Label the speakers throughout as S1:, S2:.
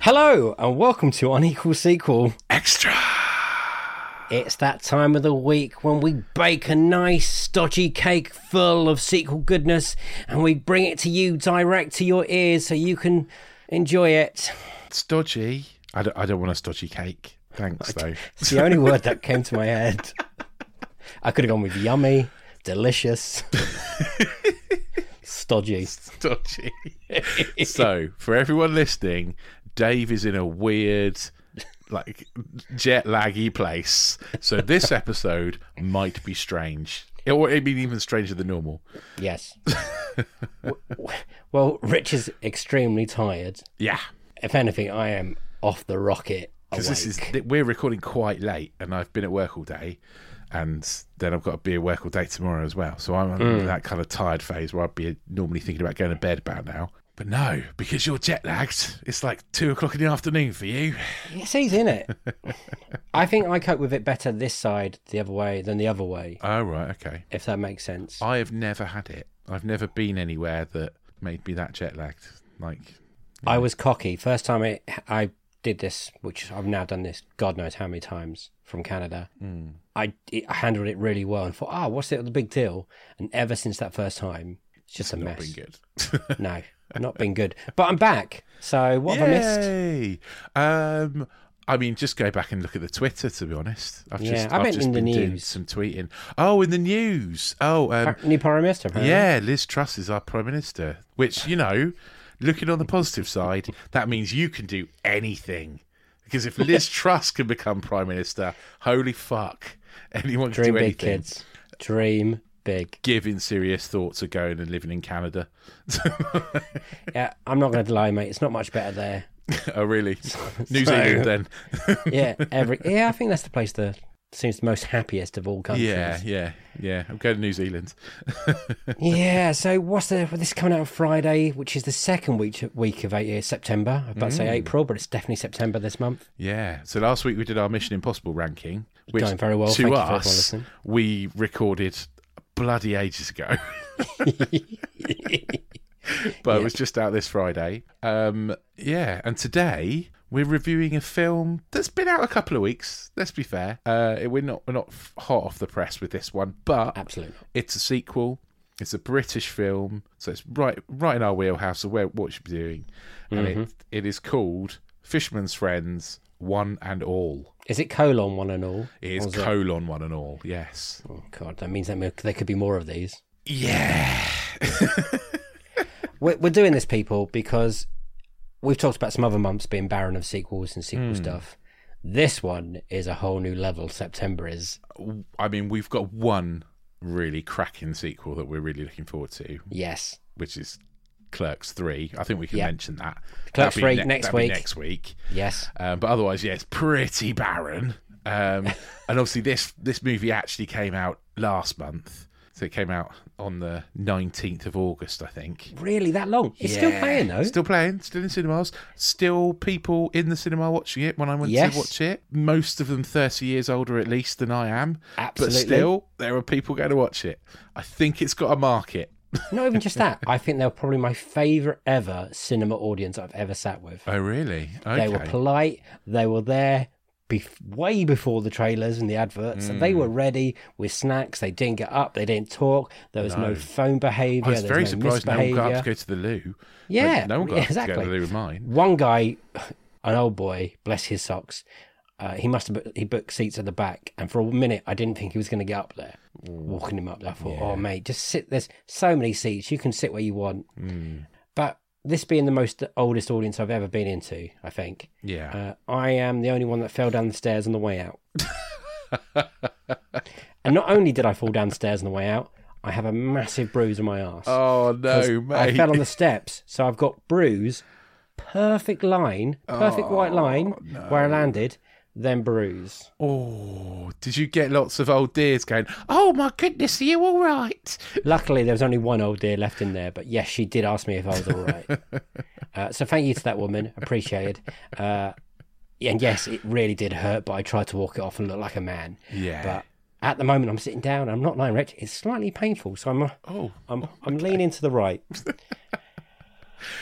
S1: Hello, and welcome to Unequal Sequel.
S2: Extra.
S1: It's that time of the week when we bake a nice, stodgy cake full of sequel goodness and we bring it to you direct to your ears so you can enjoy it.
S2: Stodgy. I don't, I don't want a stodgy cake. Thanks, though.
S1: It's the only word that came to my head. I could have gone with yummy, delicious, stodgy.
S2: Stodgy. so, for everyone listening, Dave is in a weird, like, jet laggy place. So, this episode might be strange. It would be even stranger than normal.
S1: Yes. W- w- well, Rich is extremely tired.
S2: Yeah.
S1: If anything, I am off the rocket.
S2: Because this is,
S1: awake.
S2: we're recording quite late, and I've been at work all day. And then I've got to be at work all day tomorrow as well. So I'm in that kind of tired phase where I'd be normally thinking about going to bed about now. But no, because you're jet lagged, it's like two o'clock in the afternoon for you.
S1: It's easy, is it? I think I cope with it better this side the other way than the other way,
S2: Oh, right. Okay.
S1: if that makes sense.
S2: I have never had it. I've never been anywhere that made me that jet lagged. Like,
S1: I was cocky. First time I, I did this, which I've now done this God knows how many times from Canada,
S2: Hmm.
S1: I, I handled it really well and thought, oh, what's the, the big deal? And ever since that first time, it's just a
S2: not
S1: mess.
S2: been good.
S1: No, not been good. But I'm back. So what have I missed?
S2: Yay! Um, I mean, just go back and look at the Twitter. To be honest, I've
S1: Yeah,
S2: just
S1: I
S2: I've
S1: meant
S2: just
S1: in the
S2: been doing
S1: news.
S2: some tweeting. Oh, in the news. Oh, um,
S1: New Prime Minister, apparently.
S2: yeah, Liz Truss is our prime minister. Which you know, looking on the positive side, that means you can do anything. Because if Liz Truss can become prime minister, holy fuck, anyone can
S1: Dream
S2: do
S1: big,
S2: anything.
S1: kids. Dream big.
S2: Giving serious thoughts of going and living in Canada.
S1: Yeah, I'm not going to lie, mate. It's not much better there.
S2: oh, really? New
S1: So-
S2: Zealand then?
S1: yeah, every yeah, I think that's the place that seems the most happiest of all countries.
S2: Yeah, yeah, yeah. I'm going to New Zealand.
S1: Yeah, So what's the well, this is coming out on Friday, which is the second week week of eight, uh, September. I was about
S2: Mm.
S1: to say April, but it's definitely September this month.
S2: Yeah. So last week we did our Mission Impossible ranking, which
S1: Going very well.
S2: to
S1: Thank you for everyone
S2: us
S1: listening.
S2: we recorded bloody ages ago, but it was just out this Friday. Um, yeah, and today we're reviewing a film that's been out a couple of weeks. Let's be fair. Uh, we're not we're not f- hot off the press with this one, but
S1: Absolutely.
S2: it's a sequel. It's a British film, so it's right right in our wheelhouse of where what you should be doing, and
S1: Mm-hmm.
S2: it it is called Fisherman's Friends One and All.
S1: Is it colon one and all?
S2: It is
S1: Or it-
S2: colon one and all. Yes.
S1: Oh God, that means that mo- there could be more of these.
S2: Yeah.
S1: We're, we're doing this, people, because we've talked about some other months being barren of sequels and
S2: Mm.
S1: sequel stuff. This one is a whole new level. September is
S2: I mean, we've got one really cracking sequel that we're really looking forward to,
S1: yes.
S2: which is Clerks Three. I think we can
S1: Yeah.
S2: mention that.
S1: Clerks
S2: That'd be
S1: 3 next
S2: that'd be
S1: week.
S2: Next week.
S1: Yes.
S2: Um, but otherwise, yeah, it's pretty barren. Um, and obviously, this this movie actually came out last month, so it came out on the nineteenth of August, I think.
S1: Really that long. It's still
S2: Yeah.
S1: playing though.
S2: Still playing, still in cinemas, still people in the cinema watching it when I went
S1: Yes.
S2: to watch it. Most of them 30 years older at least than I am.
S1: Absolutely.
S2: But still, there are people going to watch it. I think it's got a market.
S1: Not even just that. I think they were probably my favourite ever cinema audience I've ever sat with.
S2: Oh, really? Okay.
S1: They were polite. They were there bef- way before the trailers and the adverts. They were
S2: Mm.
S1: ready with snacks. They didn't get up. They didn't talk. There was no, phone behaviour.
S2: I was
S1: there
S2: very
S1: no
S2: surprised no one got up
S1: misbehaviour.
S2: to go to the loo.
S1: Yeah,
S2: Like, no one got up to
S1: exactly.
S2: go to the loo with mine.
S1: One guy, an old boy, bless his socks. Uh, he must have booked- he booked seats at the back, and for a minute I didn't think he was going to get up there. Walking him up there, I thought, "Oh mate, just sit." There's so many seats; you can sit where you want. But this being the most oldest audience I've ever been into, I think
S2: Yeah.
S1: uh, I am the only one that fell down the stairs on the way out. and not only did I fall downstairs on the way out, I have a massive bruise on my arse.
S2: oh,
S1: 'Cause
S2: no, mate.
S1: I fell on the steps, so I've got bruise, perfect line, perfect white line where I landed, then bruise.
S2: Oh, did you get lots of old dears going, oh, my goodness, are you all right?
S1: Luckily, there was only one old dear left in there, but yes, she did ask me if I was all right. uh, so thank you to that woman, appreciated. Uh, and yes, it really did hurt, but I tried to walk it off and look like a man.
S2: Yeah.
S1: But at the moment, I'm sitting down. I'm not lying, Rich. It's slightly painful, so uh, I'm
S2: oh,
S1: I'm I'm leaning to the right.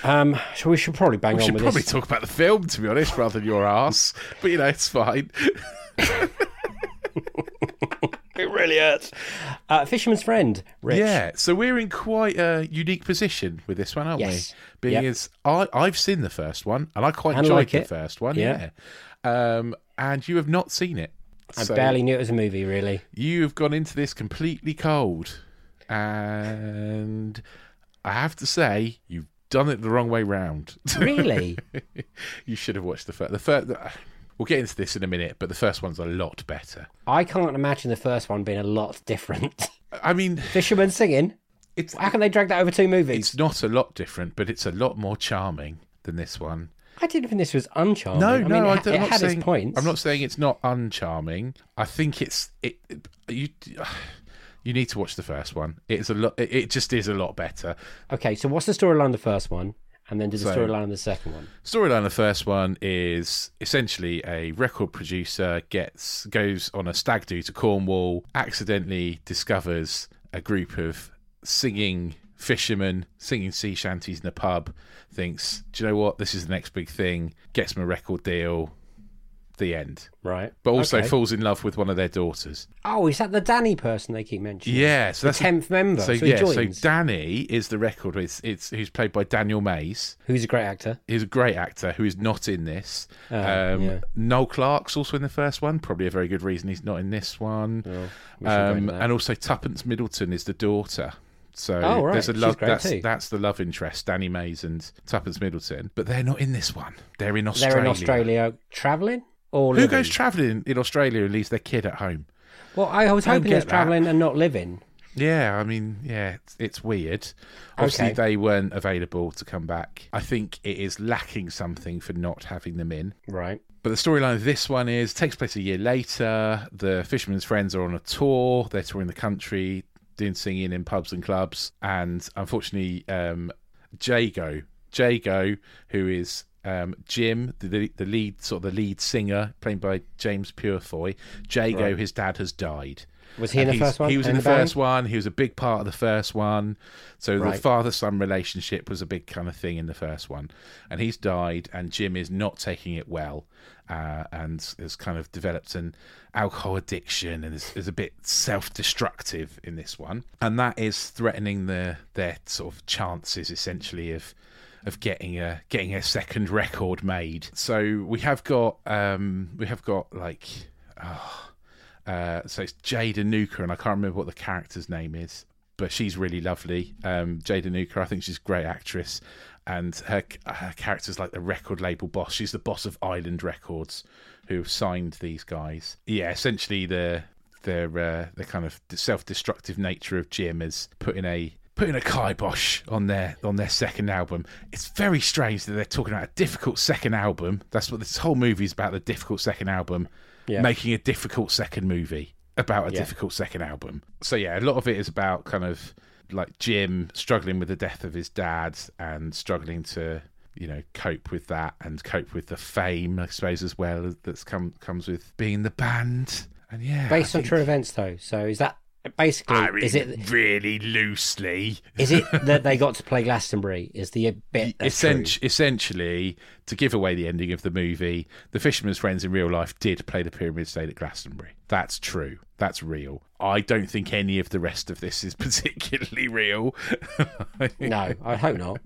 S1: Um, so we should probably bang
S2: We
S1: on
S2: should
S1: with
S2: probably
S1: this.
S2: talk about the film, to be honest, rather than your ass. But you know, it's fine.
S1: It really hurts. Uh, Fisherman's Friend, Rich.
S2: Yeah. So we're in quite a unique position with this one, aren't
S1: Yes.
S2: we? Being
S1: Yep.
S2: as I, I've seen the first one, and I quite
S1: And
S2: enjoyed
S1: like
S2: the
S1: it.
S2: first one.
S1: Yeah.
S2: Yeah. Um, and you have not seen it.
S1: I
S2: So
S1: barely knew it was a movie, really.
S2: You have gone into this completely cold, and I have to say, you've done it the wrong way round.
S1: Really?
S2: you should have watched the first. The first. We'll get into this in a minute, but the first one's a lot better.
S1: I can't imagine the first one being a lot different.
S2: I mean,
S1: Fisherman singing?
S2: it's
S1: How can they drag that over two movies?
S2: it's not a lot different, but it's a lot more charming than this one.
S1: I didn't think this was uncharming.
S2: No,
S1: I mean, it,
S2: no, I
S1: ha-
S2: don't-
S1: it
S2: I'm not
S1: had
S2: saying,
S1: its points.
S2: I'm not saying it's not uncharming. I think it's it. it- You you need to watch the first one. It's a lot. It it just is a lot better.
S1: Okay, so what's the storyline of the first one? And then do the
S2: So-
S1: storyline of the second one.
S2: Storyline of the first one is essentially a record producer gets goes on a stag do to Cornwall, accidentally discovers a group of singing fishermen singing sea shanties in a pub, thinks, Do you know what? This is the next big thing, gets them a record deal, the end.
S1: Right.
S2: But also
S1: Okay.
S2: falls in love with one of their daughters.
S1: Oh, is that the Danny person they keep mentioning?
S2: Yeah, so that's
S1: Tenth member. So,
S2: so
S1: he
S2: yeah, so
S1: joins.
S2: Danny is the record. It's, it's who's played by Daniel Mays.
S1: Who's a great actor?
S2: He's a great actor who is not in this.
S1: Ah,
S2: um,
S1: yeah.
S2: Noel Clark's also in the first one. Probably a very good reason he's not in this one.
S1: Oh, we should go
S2: um,
S1: into that.
S2: and also Tuppence Middleton is the daughter. So
S1: Oh, right.
S2: there's a
S1: She's
S2: love
S1: great
S2: that's
S1: too.
S2: that's the love interest, Danny Mays and Tuppence Middleton. But they're not in this one. They're in Australia.
S1: They're in Australia travelling? Or
S2: Who
S1: living?
S2: goes travelling in Australia and leaves their kid at home?
S1: Well, I was
S2: Don't
S1: hoping it was
S2: get that.
S1: travelling and not living.
S2: Yeah, I mean, yeah, it's, it's weird. Obviously,
S1: Okay.
S2: they weren't available to come back. I think it is lacking something for not having them in.
S1: Right.
S2: But the storyline of this one is takes place a year later. The fisherman's friends are on a tour. They're touring the country, doing singing in pubs and clubs. And unfortunately, um, Jago, Jago, who is um, Jim, the, the lead sort of the lead singer, played by James Purefoy. Jago, his dad has died.
S1: Was he in
S2: And
S1: the
S2: he's-
S1: first one?
S2: He was in
S1: And
S2: the
S1: the band?
S2: first one. He was a big part of the first one. So the
S1: Right.
S2: father son relationship was a big kind of thing in the first one. And he's died, and Jim is not taking it well uh, and has kind of developed an alcohol addiction and is, is a bit self destructive in this one. And that is threatening the their sort of chances essentially of. Of getting a getting a second record made, so we have got um, we have got like uh, so it's Jade Anuka, and I can't remember what the character's name is, but she's really lovely. Um, Jade Anuka, I think she's a great actress, and her her character's like the record label boss. She's the boss of Island Records, who have signed these guys. Yeah, essentially the their uh, the kind of self-destructive nature of Jim is putting a putting a kibosh on their on their second album. It's very strange that they're talking about a difficult second album. That's what this whole movie is about: the difficult second album,
S1: Yeah.
S2: making a difficult second movie about a
S1: Yeah.
S2: difficult second album. So yeah, a lot of it is about kind of like Jim struggling with the death of his dad and struggling to you know cope with that and cope with the fame I suppose as well that's come comes with being in the band. And yeah,
S1: Based
S2: I
S1: on
S2: think-
S1: true events, though. So is that basically?
S2: I mean,
S1: is it
S2: really loosely?
S1: is it that they got to play Glastonbury? Is the bit that's true?
S2: Essentially, essentially, to give away the ending of the movie, the fisherman's friends in real life did play the pyramid state at Glastonbury. That's true. That's real. I don't think any of the rest of this is particularly real.
S1: No, I hope not.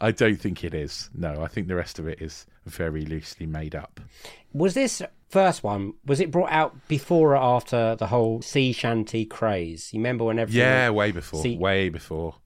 S2: I don't think it is. No, I think the rest of it is very loosely made up.
S1: Was this first one? Was it brought out before or after the whole sea shanty craze? You remember when everything?
S2: Yeah, way before.
S1: See-
S2: way before.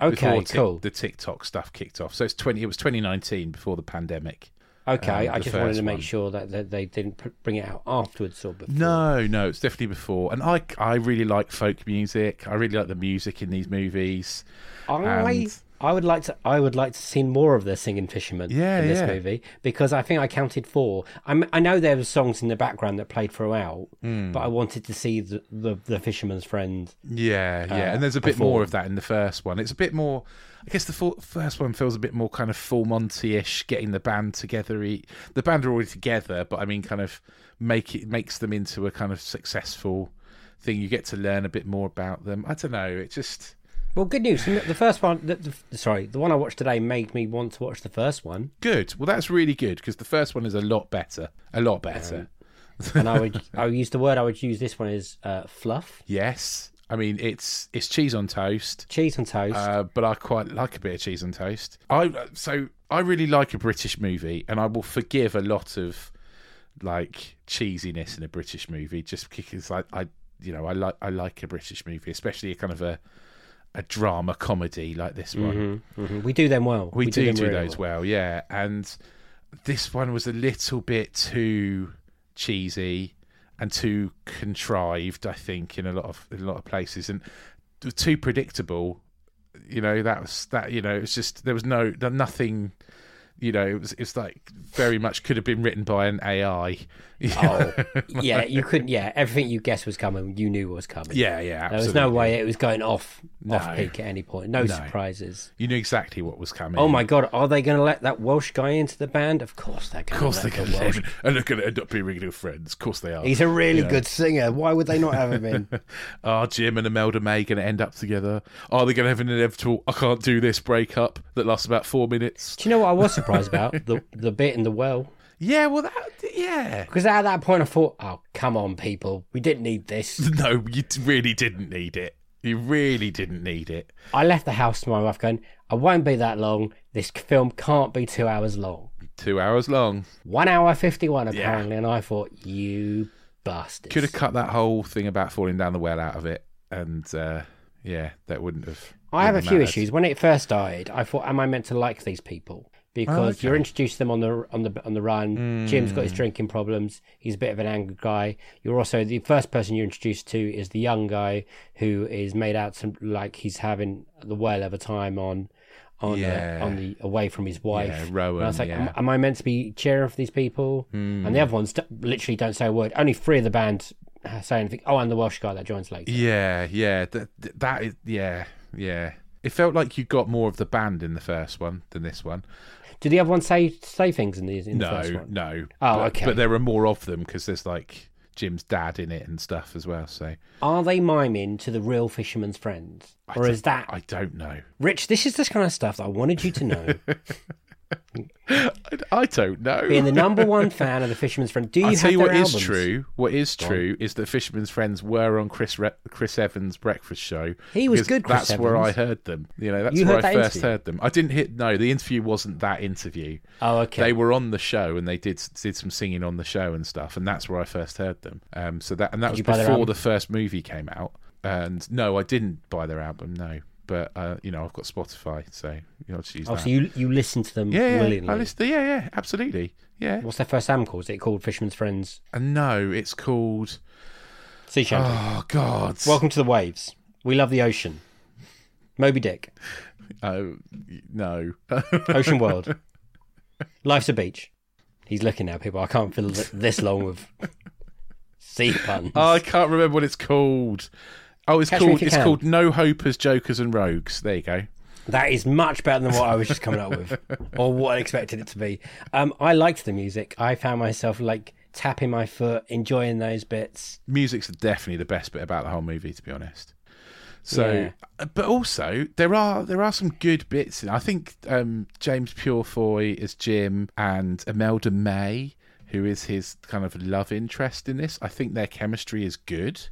S1: Okay.
S2: Before Tik-
S1: Cool.
S2: The TikTok stuff kicked off. So it's twenty. It was twenty nineteen before the pandemic.
S1: Okay.
S2: um,
S1: I
S2: the
S1: just wanted
S2: first
S1: to make
S2: one.
S1: sure that, that they didn't p- bring it out afterwards or before.
S2: No, no, it's definitely before. And I, I really like folk music. I really like the music in these movies.
S1: I
S2: And-
S1: I would like to I would like to see more of the singing fishermen
S2: Yeah,
S1: in this
S2: yeah.
S1: movie because I think I counted four. I'm, I know there were songs in the background that played throughout,
S2: Hmm.
S1: but I wanted to see the the, the fisherman's friend.
S2: Yeah, yeah.
S1: Uh,
S2: and there's a bit
S1: before.
S2: more of that in the first one. It's a bit more. I guess the full, first one feels a bit more kind of full Monty-ish, getting the band together. e- The band are already together, but I mean, kind of make it makes them into a kind of successful thing. You get to learn a bit more about them. I don't know. It just
S1: Well, good news. The first one, the, the, sorry, the one I watched today made me want to watch the first one,
S2: Good. Well, that's really good because the first one is a lot better. A lot better.
S1: and I would I would use the word I would use this one is uh, fluff,
S2: yes. I mean, it's it's cheese on toast.
S1: cheese on toast.
S2: Uh, but I quite like a bit of cheese on toast. I so I really like a British movie, and I will forgive a lot of like cheesiness in a British movie, just because I, I you know I like I like a British movie, especially a kind of a a drama comedy like this one.
S1: Mhm. We do them well.
S2: We, do do,
S1: them really
S2: those well, yeah. And this one was a little bit too cheesy and too contrived, I think, in a lot of in a lot of places, and too predictable. You know, that was that. You know, it's just there was no there- nothing. You know, it was it's like very much could have been written by an AI.
S1: Oh, yeah, you couldn't. Yeah, everything you guessed was coming, you knew was coming.
S2: yeah, yeah.
S1: there was
S2: absolutely.
S1: no way it was going off off
S2: No.
S1: peak at any point. No, surprises.
S2: You knew exactly what was coming.
S1: Oh my god, are they going to let that Welsh guy into the band? Of course they're going.
S2: Of course
S1: to
S2: they're
S1: let
S2: going
S1: the
S2: to
S1: Welsh.
S2: live, and they're going to end up being really good friends. Of course they are.
S1: He's a really good singer. Why would they not have him in?
S2: Are Jim and Imelda May going to end up together? Are they going to have an inevitable, I can't do this breakup that lasts about four minutes?
S1: Do you know what I was surprised about? The the bit in the well.
S2: Yeah, well, that, yeah.
S1: Because at that point I thought, oh, come on, people. We didn't need this.
S2: No, you d- really didn't need it. You really didn't need it.
S1: I left the house to my wife going, I won't be that long. This film can't be two hours long.
S2: Two hours long.
S1: One hour 51, apparently. And I thought, you bastards.
S2: Could have cut that whole thing about falling down the well out of it. And, uh, yeah, that wouldn't have.
S1: I have a
S2: wouldn't
S1: few
S2: mattered.
S1: issues. When it first died, I thought, "Am I meant to like these people?" Because
S2: Oh,
S1: you're introduced to them on the on the on the run. Jim's
S2: Hmm.
S1: got his drinking problems. He's a bit of an angry guy. You're also the first person you're introduced to is the young guy who is made out to like he's having the well of a time on on uh,
S2: Yeah.
S1: on the away from his wife.
S2: Yeah,
S1: And I
S2: Rowan.
S1: was like, "Oh."
S2: yeah. Hmm.
S1: am, am I meant to be cheering for these people? And the other ones d- literally don't say a word. Only three of the band say anything. Oh, and the Welsh guy that joins later.
S2: Yeah, yeah, that that is yeah, yeah. It felt like you got more of the band in the first one than this one.
S1: Do the other ones say say things in the, in the first
S2: No,
S1: one?
S2: no.
S1: Oh,
S2: but,
S1: okay.
S2: But there are more of them because there's like Jim's dad in it and stuff as well. So
S1: Are they miming to the real fisherman's friends? Or is that
S2: I don't know.
S1: Rich, this is this kind of stuff that I wanted you to know.
S2: I, I don't know.
S1: Being the number one fan of the fisherman's friend, do you
S2: I
S1: have
S2: tell you
S1: their
S2: what is
S1: albums?
S2: true. What is true is that Fisherman's Friends were on Chris Re- Chris Evans' breakfast show.
S1: He was
S2: because
S1: good, Chris
S2: That's where I
S1: Evans.
S2: heard them. You know, that's
S1: You
S2: where
S1: heard
S2: I
S1: that
S2: first
S1: interview?
S2: heard them. I didn't hit. No, the interview wasn't that interview.
S1: Oh, okay.
S2: They were on the show and they did did some singing on the show and stuff, and that's where I first heard them. Um, so that and that was
S1: you buy their
S2: before
S1: album?
S2: the first movie came out. And no, I didn't buy their album. No, but uh, you know, I've got Spotify, so you know, I'll just use
S1: Oh,
S2: that.
S1: so you you listen to them
S2: yeah, yeah,
S1: willingly.
S2: I listen, yeah, yeah, absolutely, yeah.
S1: What's their first album called? Is it called Fisherman's Friends?
S2: And no, it's called.
S1: Sea Shanty.
S2: Oh God!
S1: Welcome to the waves. We love the ocean. Moby Dick.
S2: Oh no! Oh,
S1: Ocean World. Life's a beach. He's looking now, people. I can't fill th- this long with sea puns.
S2: I can't remember what it's called. Oh, it's
S1: Catch Me If
S2: called
S1: You
S2: it's
S1: Can.
S2: called No Hopers, Jokers, and Rogues. There you go.
S1: That is much better than what I was just coming up with, or what I expected it to be. Um, I liked the music. I found myself like tapping my foot, enjoying those bits.
S2: music's definitely the best bit about the whole movie, to be honest. So, uh, but also there are there are some good bits. in it. I think um, James Purefoy is Jim and Imelda May, who is his kind of love interest in this. I think their chemistry is good.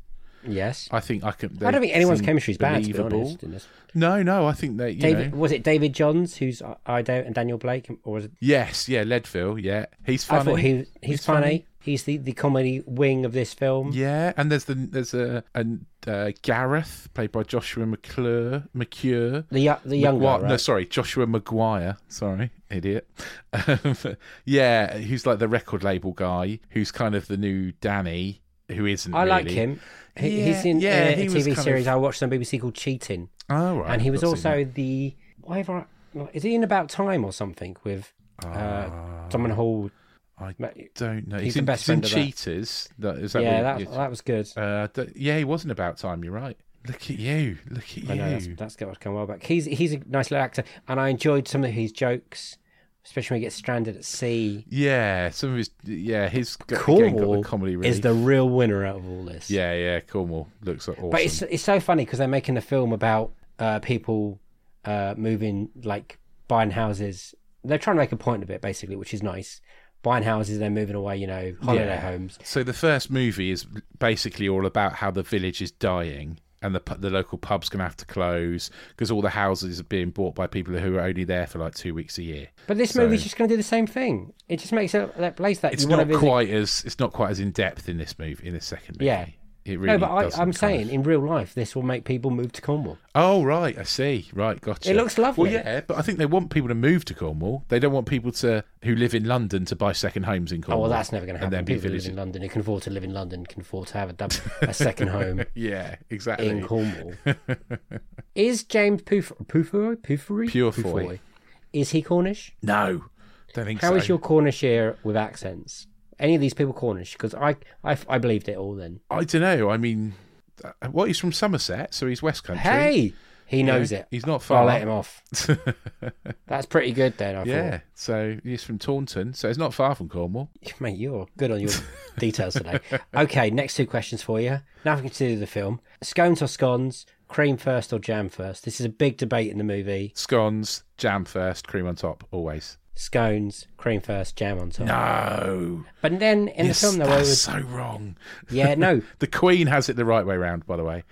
S1: Yes,
S2: I think I can.
S1: I don't think anyone's chemistry is
S2: chemistry's
S1: bad. To be honest, in this.
S2: No, no, I think they. You
S1: David,
S2: know,
S1: was it David Johns who's Ido and Daniel Blake, or was it?
S2: yes, yeah, Leadville, yeah, he's funny.
S1: I thought he he's, funny. He's the, the comedy wing of this film.
S2: Yeah, and there's the there's a and uh, Gareth played by Joshua McClure McCure.
S1: The yo- the young guy,
S2: Well, No,
S1: right?
S2: sorry, Joshua Maguire. Sorry, idiot. Um, yeah, who's like the record label guy, who's kind of the new Danny, who isn't.
S1: I like
S2: really.
S1: him. He, he's
S2: Yeah,
S1: in
S2: yeah,
S1: uh, a
S2: he was
S1: TV
S2: kind
S1: series
S2: of-
S1: I watched on BBC called Cheating.
S2: Oh right.
S1: and he
S2: I've
S1: was
S2: not seen
S1: also the why have I is he in About Time or something with uh, Dominic Hall?
S2: that.
S1: Ma-
S2: Ah. I don't know. He's,
S1: the
S2: in,
S1: best
S2: he's in
S1: friend of that.
S2: Cheaters. That, is that
S1: Yeah,
S2: what
S1: that
S2: you-
S1: that was good.
S2: uh, d- yeah, he wasn't about time. You're right. Look at you. Look at you.
S1: I know that's, that's got to come well back. He's he's a nice little actor, and I enjoyed some of his jokes, especially when he gets stranded at sea.
S2: Yeah, some of his. Yeah, his g- again, got
S1: Cornwall
S2: the comedy relief.
S1: is the real winner out of all this.
S2: Yeah, yeah. Cornwall looks like awesome.
S1: but it's it's so funny because they're making a film about uh, people uh, moving, like buying houses. They're trying to make a point of it, basically, which is nice. Buying houses, they're moving away, you know, holiday
S2: Yeah.
S1: homes.
S2: So the first movie is basically all about how the village is dying and the pu- the local pub's going to have to close because all the houses are being bought by people who are only there for like two weeks a year.
S1: But this
S2: So-
S1: movie's just going to do the same thing. It just makes it that place that
S2: It's
S1: you
S2: not
S1: want to visit.
S2: quite as it's not quite as in depth in this movie in this second movie.
S1: Yeah.
S2: It
S1: no,
S2: really
S1: but I,
S2: doesn't
S1: I'm
S2: kind
S1: saying
S2: of-
S1: in real life, this will make people move to Cornwall.
S2: Oh right, I see. Right, gotcha.
S1: It looks lovely.
S2: Well, yeah, but I think they want people to move to Cornwall. They don't want people to who live in London to buy second homes in
S1: Oh
S2: Cornwall.
S1: well, that's never going to
S2: And
S1: happen.
S2: then be
S1: People who live
S2: village.
S1: in London who can afford to live in London can afford to have a, dub- a second home
S2: Yeah, exactly.
S1: in Cornwall. is James Poof- Poofery? Poofery?
S2: Purefoy.
S1: Is he Cornish?
S2: no, don't think
S1: How
S2: so.
S1: is your Cornish here with accents? Any of these people Cornish? Because I, I, I believed it all then.
S2: I don't know. I mean, uh, well, he's from Somerset, so he's West Country.
S1: Hey, he
S2: You know,
S1: knows it.
S2: He's not
S1: I'll
S2: far.
S1: let him off. That's pretty good then. I
S2: yeah, so he's from Taunton, so it's not far from Cornwall.
S1: thought, mate, you're good on your details today. Okay, next two questions for you. Nothing to do with the film. Scones or scones? Cream first or jam first? This is a big debate in the movie.
S2: Scones, jam first, cream on top, always.
S1: Scones, cream first, jam on top.
S2: No,
S1: But then in
S2: Yes,
S1: the film, though, I
S2: that's
S1: was
S2: so wrong.
S1: yeah, no,
S2: The Queen has it the right way round, by the way.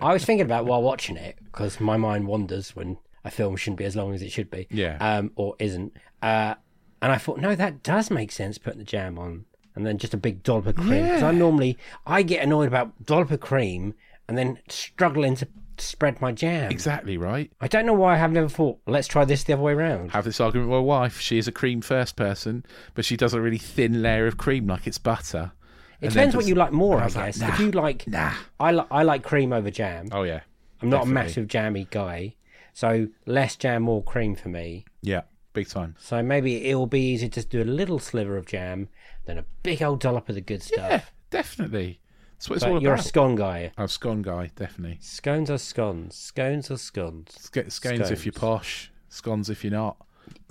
S1: I was thinking about while watching it because my mind wanders when a film shouldn't be as long as it should be,
S2: Yeah.
S1: um, or isn't. Uh, and I thought, no, that does make sense putting the jam on, and then just a big dollop of cream. Because I normally I get annoyed about dollop of cream and then struggling to spread my jam.
S2: exactly right.
S1: I don't know why I have never thought. Let's try this the other way around.
S2: Have this argument with my wife. She is a cream first person, but she does a really thin layer of cream like it's butter.
S1: It depends what you like more, I,
S2: was like,
S1: guess.
S2: nah,
S1: if you like,
S2: Nah.
S1: I li- I like cream over jam.
S2: Oh yeah.
S1: I'm not a massive jammy guy, so less jam, more cream for me.
S2: Yeah. Big time.
S1: So maybe it'll be easier to do a little sliver of jam than a big old dollop of the good stuff.
S2: Yeah, definitely. That's what it's
S1: But
S2: all
S1: you're
S2: about.
S1: a scone guy.
S2: Oh, scone guy, definitely.
S1: Scones or scones? Scones or scones?
S2: Sc- scones, if you're posh, scones if you're not.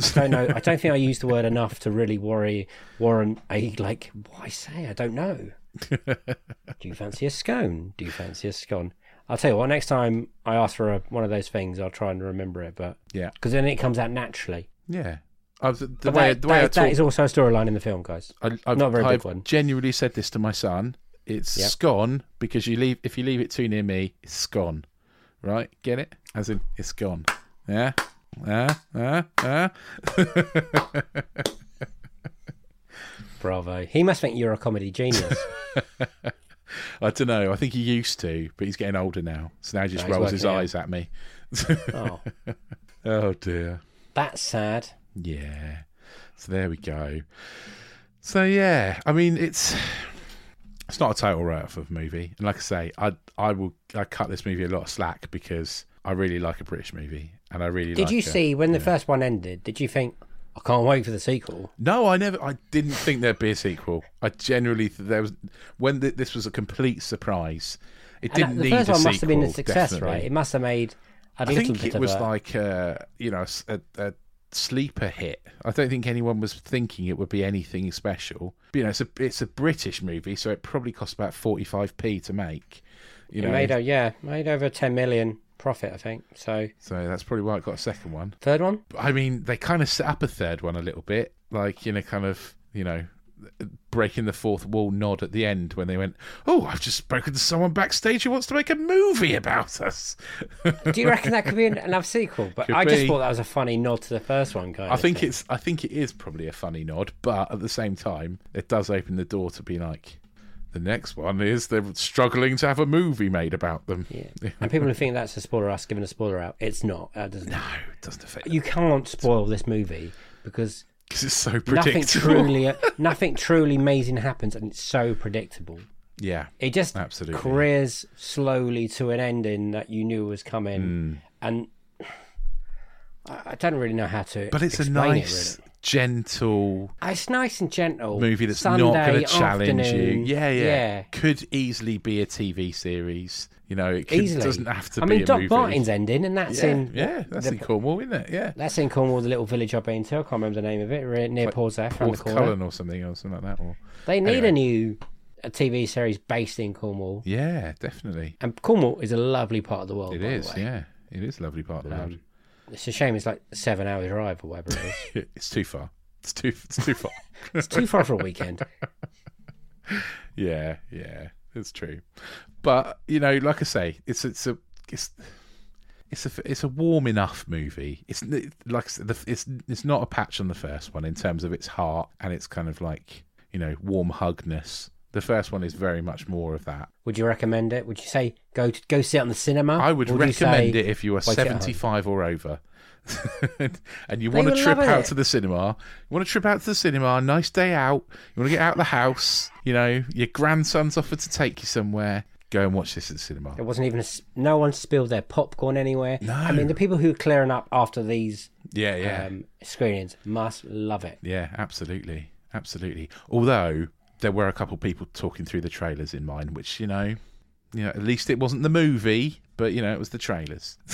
S1: I don't know. I don't think I use the word enough to really worry Warren. I like why say I don't know. do you fancy a scone? Do you fancy a scone? I'll tell you what. Next time I ask for a, one of those things, I'll try and remember it. But
S2: Yeah,
S1: because then it comes out naturally.
S2: yeah. I've, the
S1: But
S2: way
S1: that-
S2: the way
S1: that-
S2: I
S1: that
S2: talk,
S1: is also a storyline in the film, guys.
S2: I, I've,
S1: not a very big
S2: I've
S1: one.
S2: genuinely said this to my son. It's
S1: Yep.
S2: scone because you leave if you leave it too near me, it's scone. Right? Get it? As in, it's gone. Yeah. Yeah. Yeah. Yeah.
S1: Bravo. He must think you're a comedy genius.
S2: I don't know. I think he used to, but he's getting older now, so now he just
S1: No, he's
S2: rolls his
S1: working out.
S2: eyes at me.
S1: oh,
S2: Oh dear.
S1: that's sad.
S2: Yeah. So there we go. So yeah, I mean it's it's not a total write-off of a movie, and like I say, I I will I cut this movie a lot of slack because I really like a British movie, and I really
S1: Did
S2: like
S1: you
S2: a-
S1: see when the first one ended? Did you think I can't wait for the sequel?
S2: No, I never. I didn't think there'd be a sequel. I generally th- there was when th- this was a complete surprise. It didn't
S1: And the
S2: need
S1: first
S2: a
S1: one
S2: sequel.
S1: must have been a success,
S2: definitely.
S1: right? It must have made a
S2: I
S1: little
S2: think
S1: bit
S2: it
S1: of
S2: was
S1: a.
S2: like uh, you know s- a, a sleeper hit. I don't think anyone was thinking it would be anything special. But, you know, it's a it's a British movie, so it probably cost about forty five p to make. You
S1: it
S2: know,
S1: made o- yeah, made over ten million profit, I think. So
S2: so that's probably why it got a second one.
S1: third one,
S2: But, I mean, they kind of set up a third one a little bit, like you know, kind of you know. Breaking the fourth wall nod at the end when they went, Oh, I've just spoken to someone backstage who wants to make a movie about us.
S1: do you reckon that could be an- another sequel? But
S2: Could
S1: I just
S2: be.
S1: thought that was a funny nod to the first one, kind
S2: I
S1: of
S2: think
S1: thing.
S2: it's I think it is probably a funny nod, but at the same time, it does open the door to be like, the next one is they're struggling to have a movie made about them.
S1: Yeah. and people who think that's a spoiler, us giving a spoiler out, it's not. That doesn't.
S2: No, it doesn't affect
S1: You can't spoil this movie because
S2: because it's so predictable.
S1: nothing truly, uh, nothing truly amazing happens, and it's so predictable.
S2: yeah,
S1: It just
S2: Absolutely.
S1: careers slowly to an ending that you knew was
S2: Hmm.
S1: coming, and I I don't really know how to.
S2: but it's a
S1: explain it,
S2: nice, gentle
S1: really. It's nice and gentle
S2: movie that's
S1: Sunday
S2: not going to challenge you.
S1: afternoon.
S2: Yeah, yeah, Could easily be a TV series. You know, it could,
S1: easily
S2: doesn't have to
S1: I
S2: be
S1: mean,
S2: a
S1: Doc
S2: movie.
S1: Martin's ending, and that's
S2: yeah,
S1: in
S2: yeah, that's in Cornwall, isn't it? Yeah,
S1: that's in Cornwall, the little village I've been to. I can't remember the name of it. re- Near Portsmouth, around the
S2: Porth
S1: corner.
S2: Cullen or something or something like that. Or
S1: They need a new a TV series based in Cornwall.
S2: Yeah, definitely.
S1: And Cornwall is a lovely part of the world.
S2: It
S1: by the
S2: is.
S1: way. Um,
S2: Yeah, it is a lovely part of the world.
S1: It's a shame it's like a seven hour drive or whatever it is.
S2: It's too far. It's too. It's too far.
S1: it's too far for a weekend.
S2: yeah, yeah, it's true. But you know, like I say, it's it's a it's. It's a it's a warm enough movie. It's n- like I said, the, it's it's not a patch on the first one in terms of its heart and its kind of like you know warm hugness. The first one is very much more of that.
S1: Would you recommend it? Would you say go to, go sit on the cinema?
S2: I would
S1: Or you
S2: recommend
S1: say,
S2: it if you are
S1: "Wait it at home"?
S2: 75 or over. and you
S1: They
S2: want
S1: would
S2: to trip
S1: love
S2: out
S1: it.
S2: to the cinema. You want to trip out to the cinema, nice day out. You want to get out of the house. You know, your grandson's offered to take you somewhere. Go and watch this at the cinema.
S1: There wasn't even a s no one spilled their popcorn anywhere.
S2: No.
S1: I mean the people who are clearing up after these
S2: Yeah, yeah.
S1: um, screenings must love it.
S2: yeah, absolutely. Absolutely. Although there were a couple people talking through the trailers in mine, which, you know, you know, at least it wasn't the movie, but, you know, it was the trailers.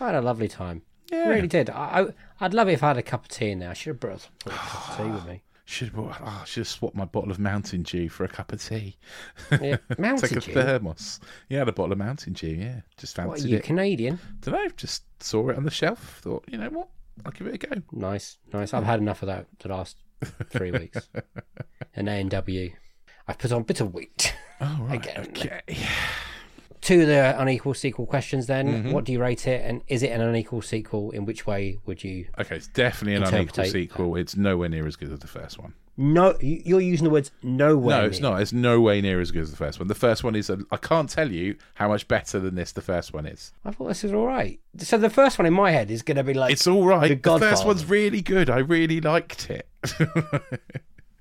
S1: I had a lovely time.
S2: Yeah.
S1: Really did. I, I I'd love it if I had a cup of tea in there. I should have brought brought a cup of tea with me.
S2: Should have, brought- oh, I should have swapped my bottle of Mountain Dew for a cup of tea.
S1: Yeah, Mountain
S2: Take a
S1: Dew?
S2: thermos. Yeah, I had a bottle of Mountain Dew. Yeah, just
S1: What are
S2: fancied
S1: you
S2: it.
S1: Canadian?
S2: Don't know. Just saw it on the shelf. Thought, you know what? I'll give it a go.
S1: Nice, nice. I've had enough of that the last three weeks. And A and W. I've put on bitter wheat.
S2: Oh right.
S1: Again.
S2: Okay.
S1: to the unequal sequel questions then what do you rate it and is it an unequal sequel in which way would you
S2: Okay. It's definitely an unequal
S1: Interpretate.
S2: sequel. It's nowhere near as good as the first one.
S1: no you- you're using the words no way
S2: No, it's not. It's no way near as good as the first one. The first one is. A, I can't tell you how much better than this. The first one is.
S1: i thought this was all right so the first one in my head is going to be like
S2: It's all right.
S1: The
S2: The, first
S1: Godfather.
S2: one's really good. I really liked it.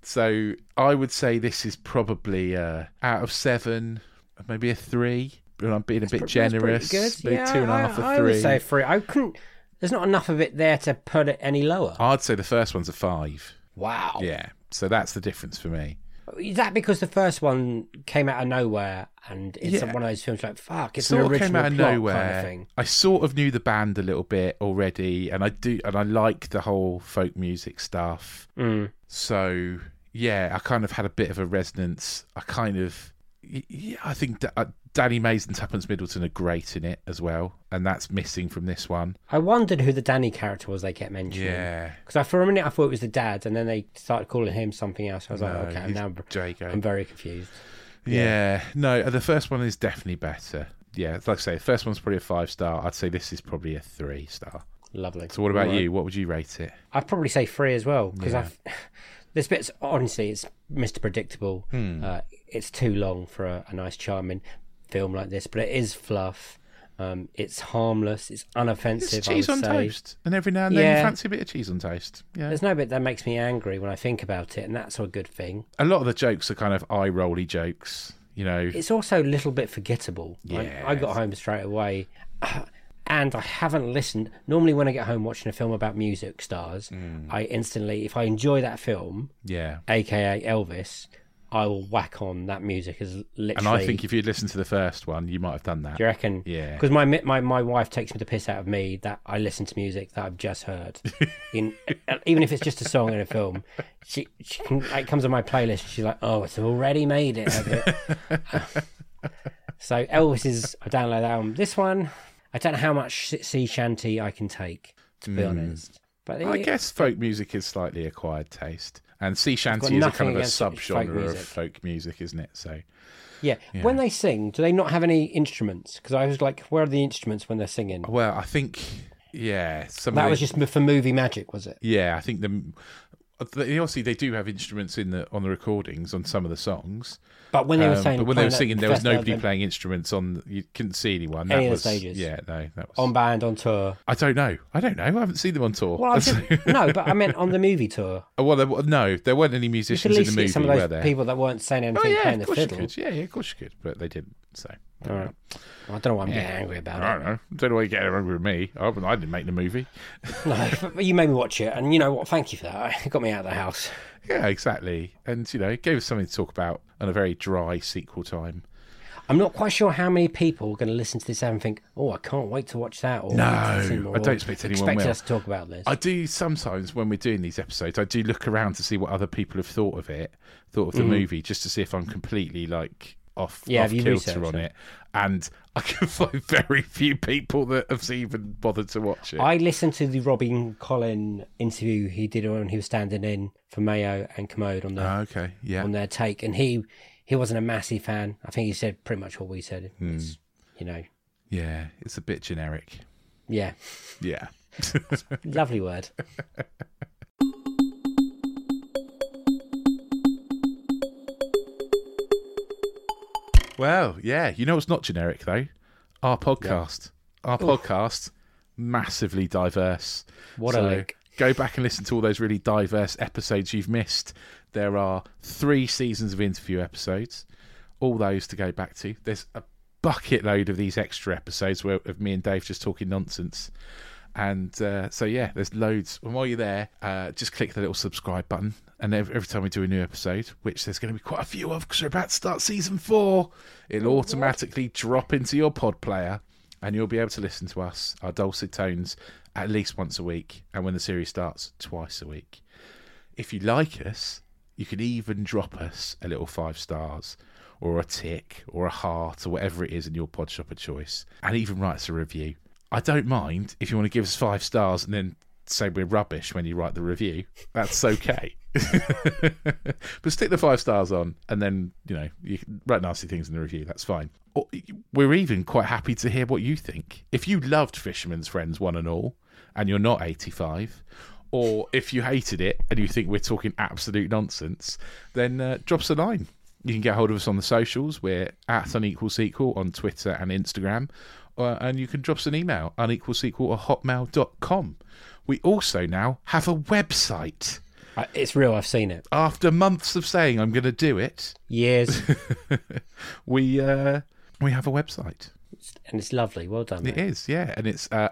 S2: so I would say this is probably uh, out of seven, maybe a three. But I'm being a bit
S1: that's pretty
S2: generous.
S1: good.
S2: Maybe
S1: yeah,
S2: two and a half
S1: I,
S2: or
S1: I
S2: three.
S1: would say three i couldn't there's not enough of it there to put it any lower
S2: I'd say the first one's a five.
S1: wow
S2: Yeah. So that's the difference for me.
S1: is that because the first one came out of nowhere and it's
S2: Yeah.
S1: one of those films like fuck it's
S2: sort
S1: an
S2: of
S1: original
S2: came out of
S1: plot
S2: nowhere.
S1: kind of thing
S2: I sort of knew the band a little bit already, and I do, and I like the whole folk music stuff.
S1: Mm.
S2: So yeah, I kind of had a bit of a resonance. I kind of, y- yeah, I think da- uh, Danny Mays and Tuppence Middleton are great in it as well, and that's missing from this one.
S1: i wondered who the danny character was they kept mentioning Because I, for a minute I thought it was the dad, and then they started calling him something else. I was
S2: No,
S1: like, Oh, okay, I'm
S2: uh, he's
S1: now
S2: Jago.
S1: I'm very confused.
S2: Yeah. no, uh, the first one is definitely better. Yeah, like I say, the first one's probably a five star. I'd say this is probably a three star.
S1: Lovely.
S2: So what about
S1: Right.
S2: you? What would you rate it?
S1: I'd probably say three as well because I've this bit's honestly it's Mr. Predictable.
S2: Hmm.
S1: Uh, it's too long for a, a nice, charming film like this, but it is fluff. Um, it's harmless. It's unoffensive.
S2: It's
S1: I
S2: cheese
S1: would
S2: on
S1: say.
S2: toast, and every now and then
S1: Yeah.
S2: you fancy a bit of cheese on toast. Yeah,
S1: There's no bit that makes me angry when I think about it, and that's a good thing.
S2: a lot of the jokes are kind of eye rolly jokes. You know,
S1: it's also a little bit forgettable. Like, I got home straight away, and I haven't listened. Normally, when I get home watching a film about music stars,
S2: Mm.
S1: I instantly, if I enjoy that film,
S2: yeah.
S1: aka Elvis, I will whack on that music as literally.
S2: And I think if you'd listened to the first one, you might have done that.
S1: Do you reckon?
S2: Yeah.
S1: Because my, mi- my my wife takes me the piss out of me that I listen to music that I've just heard, in even if it's just a song in a film. She she can, it comes on my playlist. And she's like, oh, it's already made it. has it?" so Elvis is I download that album. This one, I don't know how much sea shanty I can take to be honest. But
S2: Hmm. I
S1: it-
S2: guess folk music is slightly acquired taste, and sea shanty is a
S1: nothing
S2: kind of a
S1: against folk
S2: subgenre of
S1: music.
S2: folk music, isn't it? So
S1: yeah. when they sing, do they not have any instruments? Because I was like, where are the instruments when they're singing?
S2: well, I think yeah, some
S1: That
S2: of the,
S1: was just for movie magic, was it?
S2: Yeah, I think the they- obviously they do have instruments in the on the recordings on some of the songs.
S1: But when they were
S2: Um,
S1: saying,
S2: but when they
S1: playing
S2: were
S1: that
S2: singing, there was
S1: first album,
S2: nobody playing instruments on. You couldn't see
S1: Any
S2: anyone. that
S1: of the
S2: was,
S1: stages.
S2: Yeah, no, that was.
S1: on band on tour.
S2: I don't know. I don't know. I haven't seen them on tour.
S1: Well, I'm just, no, but I meant on the movie tour.
S2: well, there, were- no, there weren't any
S1: You could at
S2: musicians in
S1: least
S2: the
S1: get
S2: movie,
S1: some of
S2: were
S1: those
S2: there?
S1: people that weren't saying anything
S2: oh yeah,
S1: playing
S2: of
S1: the
S2: course you
S1: fiddle.
S2: could. Yeah, yeah, of course you could, but they didn't. So
S1: All right. I don't know why I'm getting angry
S2: I
S1: about
S2: don't know. Don't know why you get angry with me. I, I didn't make the movie.
S1: it. No, but you made me watch it, and you know what? Thank you for that. It got me out of the house.
S2: Yeah, exactly. And you know, it gave us something to talk about on a very dry sequel time.
S1: I'm not quite sure how many people are going to listen to this and think, "Oh, I can't wait to watch that." Or
S2: No,
S1: "Wait to see more,"
S2: I don't
S1: or
S2: expect anyone
S1: expected
S2: will.
S1: us to talk about this.
S2: I do sometimes when we're doing these episodes, I do look around to see what other people have thought of it, thought of the movie, just to see if I'm completely like off,
S1: Mm. Yeah,
S2: off
S1: have you
S2: kilter
S1: researched
S2: on
S1: it?
S2: it. And I can find very few people that have even bothered to watch it.
S1: I listened to the Robin Collin interview he did when he was standing in for Mayo and Commode on the
S2: Oh, okay, yeah.
S1: on their take, and he he wasn't a massive fan. I think he said pretty much what we said.
S2: Hmm.
S1: It's, you know,
S2: Yeah, it's a bit generic.
S1: yeah,
S2: Yeah.
S1: lovely word.
S2: Well, yeah. You know what's not generic though? Our podcast. Our podcast massively diverse.
S1: What a link.
S2: Go back and listen to all those really diverse episodes you've missed. There are three seasons of interview episodes. All those to go back to. There's a bucket load of these extra episodes where of me and Dave just talking nonsense. And uh, so yeah, there's loads. And while you're there, uh, just click the little subscribe button. And every, every time we do a new episode, which there's going to be quite a few of because we're about to start season four, it'll automatically drop into your pod player, and you'll be able to listen to us, our dulcet tones, at least once a week, and when the series starts, twice a week. If you like us, you can even drop us a little five stars or a tick or a heart or whatever it is in your pod shop of choice and even write us a review. I don't mind if you want to give us five stars and then say we're rubbish when you write the review. That's okay. but stick the five stars on and then, you know, you can write nasty things in the review. That's fine. Or, we're even quite happy to hear what you think. If you loved Fisherman's Friends one and all and you're not 85, or if you hated it and you think we're talking absolute nonsense, then uh, drop us a line. You can get hold of us on the socials. We're at Unequal Sequel on Twitter and Instagram. Uh, and you can drop us an email, unequalsequel at hotmail.com. We also now have a website.
S1: I, it's real. I've seen it.
S2: After months of saying I'm going to do it,
S1: Years,
S2: we uh, we have a website.
S1: and it's lovely. Well done.
S2: It
S1: mate.
S2: is, yeah. And it's uh,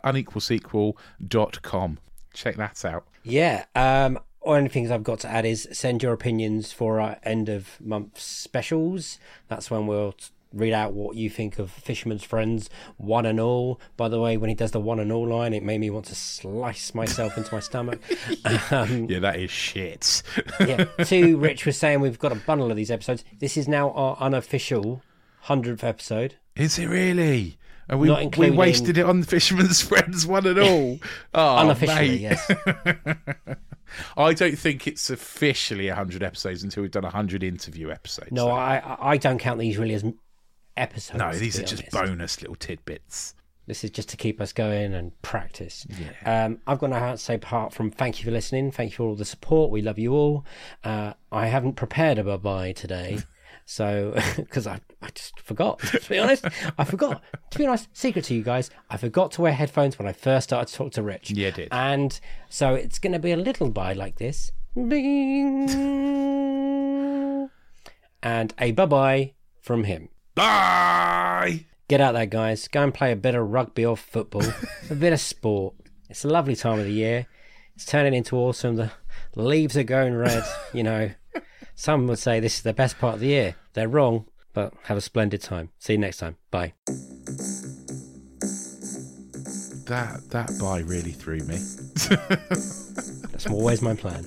S2: unequalsequel.com. Check that out.
S1: Yeah. Um. Only things I've got to add is send your opinions for our end of month specials. That's when we'll t- read out what you think of Fisherman's Friends one and all. By the way, when he does the one and all line, it made me want to slice myself into my stomach. Um,
S2: Yeah, that is shit.
S1: yeah. Two, Rich was saying we've got a bundle of these episodes. This is now our unofficial 100th episode.
S2: Is it really? And we,
S1: Not
S2: we
S1: including-
S2: wasted it on the Fisherman's Friends one and all. Oh,
S1: Unofficially,
S2: mate.
S1: yes.
S2: I don't think it's officially 100 episodes until we've done 100 interview episodes.
S1: No, I I- I don't count these really as m- episodes.
S2: No,
S1: to
S2: these
S1: be
S2: are just
S1: honest.
S2: bonus little tidbits.
S1: This is just to keep us going and practice. Um, I've got no how to say apart from thank you for listening. Thank you for all the support. We love you all. Uh, I haven't prepared a bye bye today. So, because I, I just forgot, to be honest. I forgot. To be honest, secret to you guys, I forgot to wear headphones when I first started to talk to Rich.
S2: Yeah, did.
S1: And so it's going to be a little bye like this. Bing. and a bye bye from him.
S2: Bye!
S1: Get out there, guys. Go and play a bit of rugby or football, a bit of sport. It's a lovely time of the year. It's turning into autumn. The leaves are going red. You know, some would say this is the best part of the year. They're wrong, but have a splendid time. See you next time. Bye.
S2: That, that bye really threw me.
S1: That's always my plan.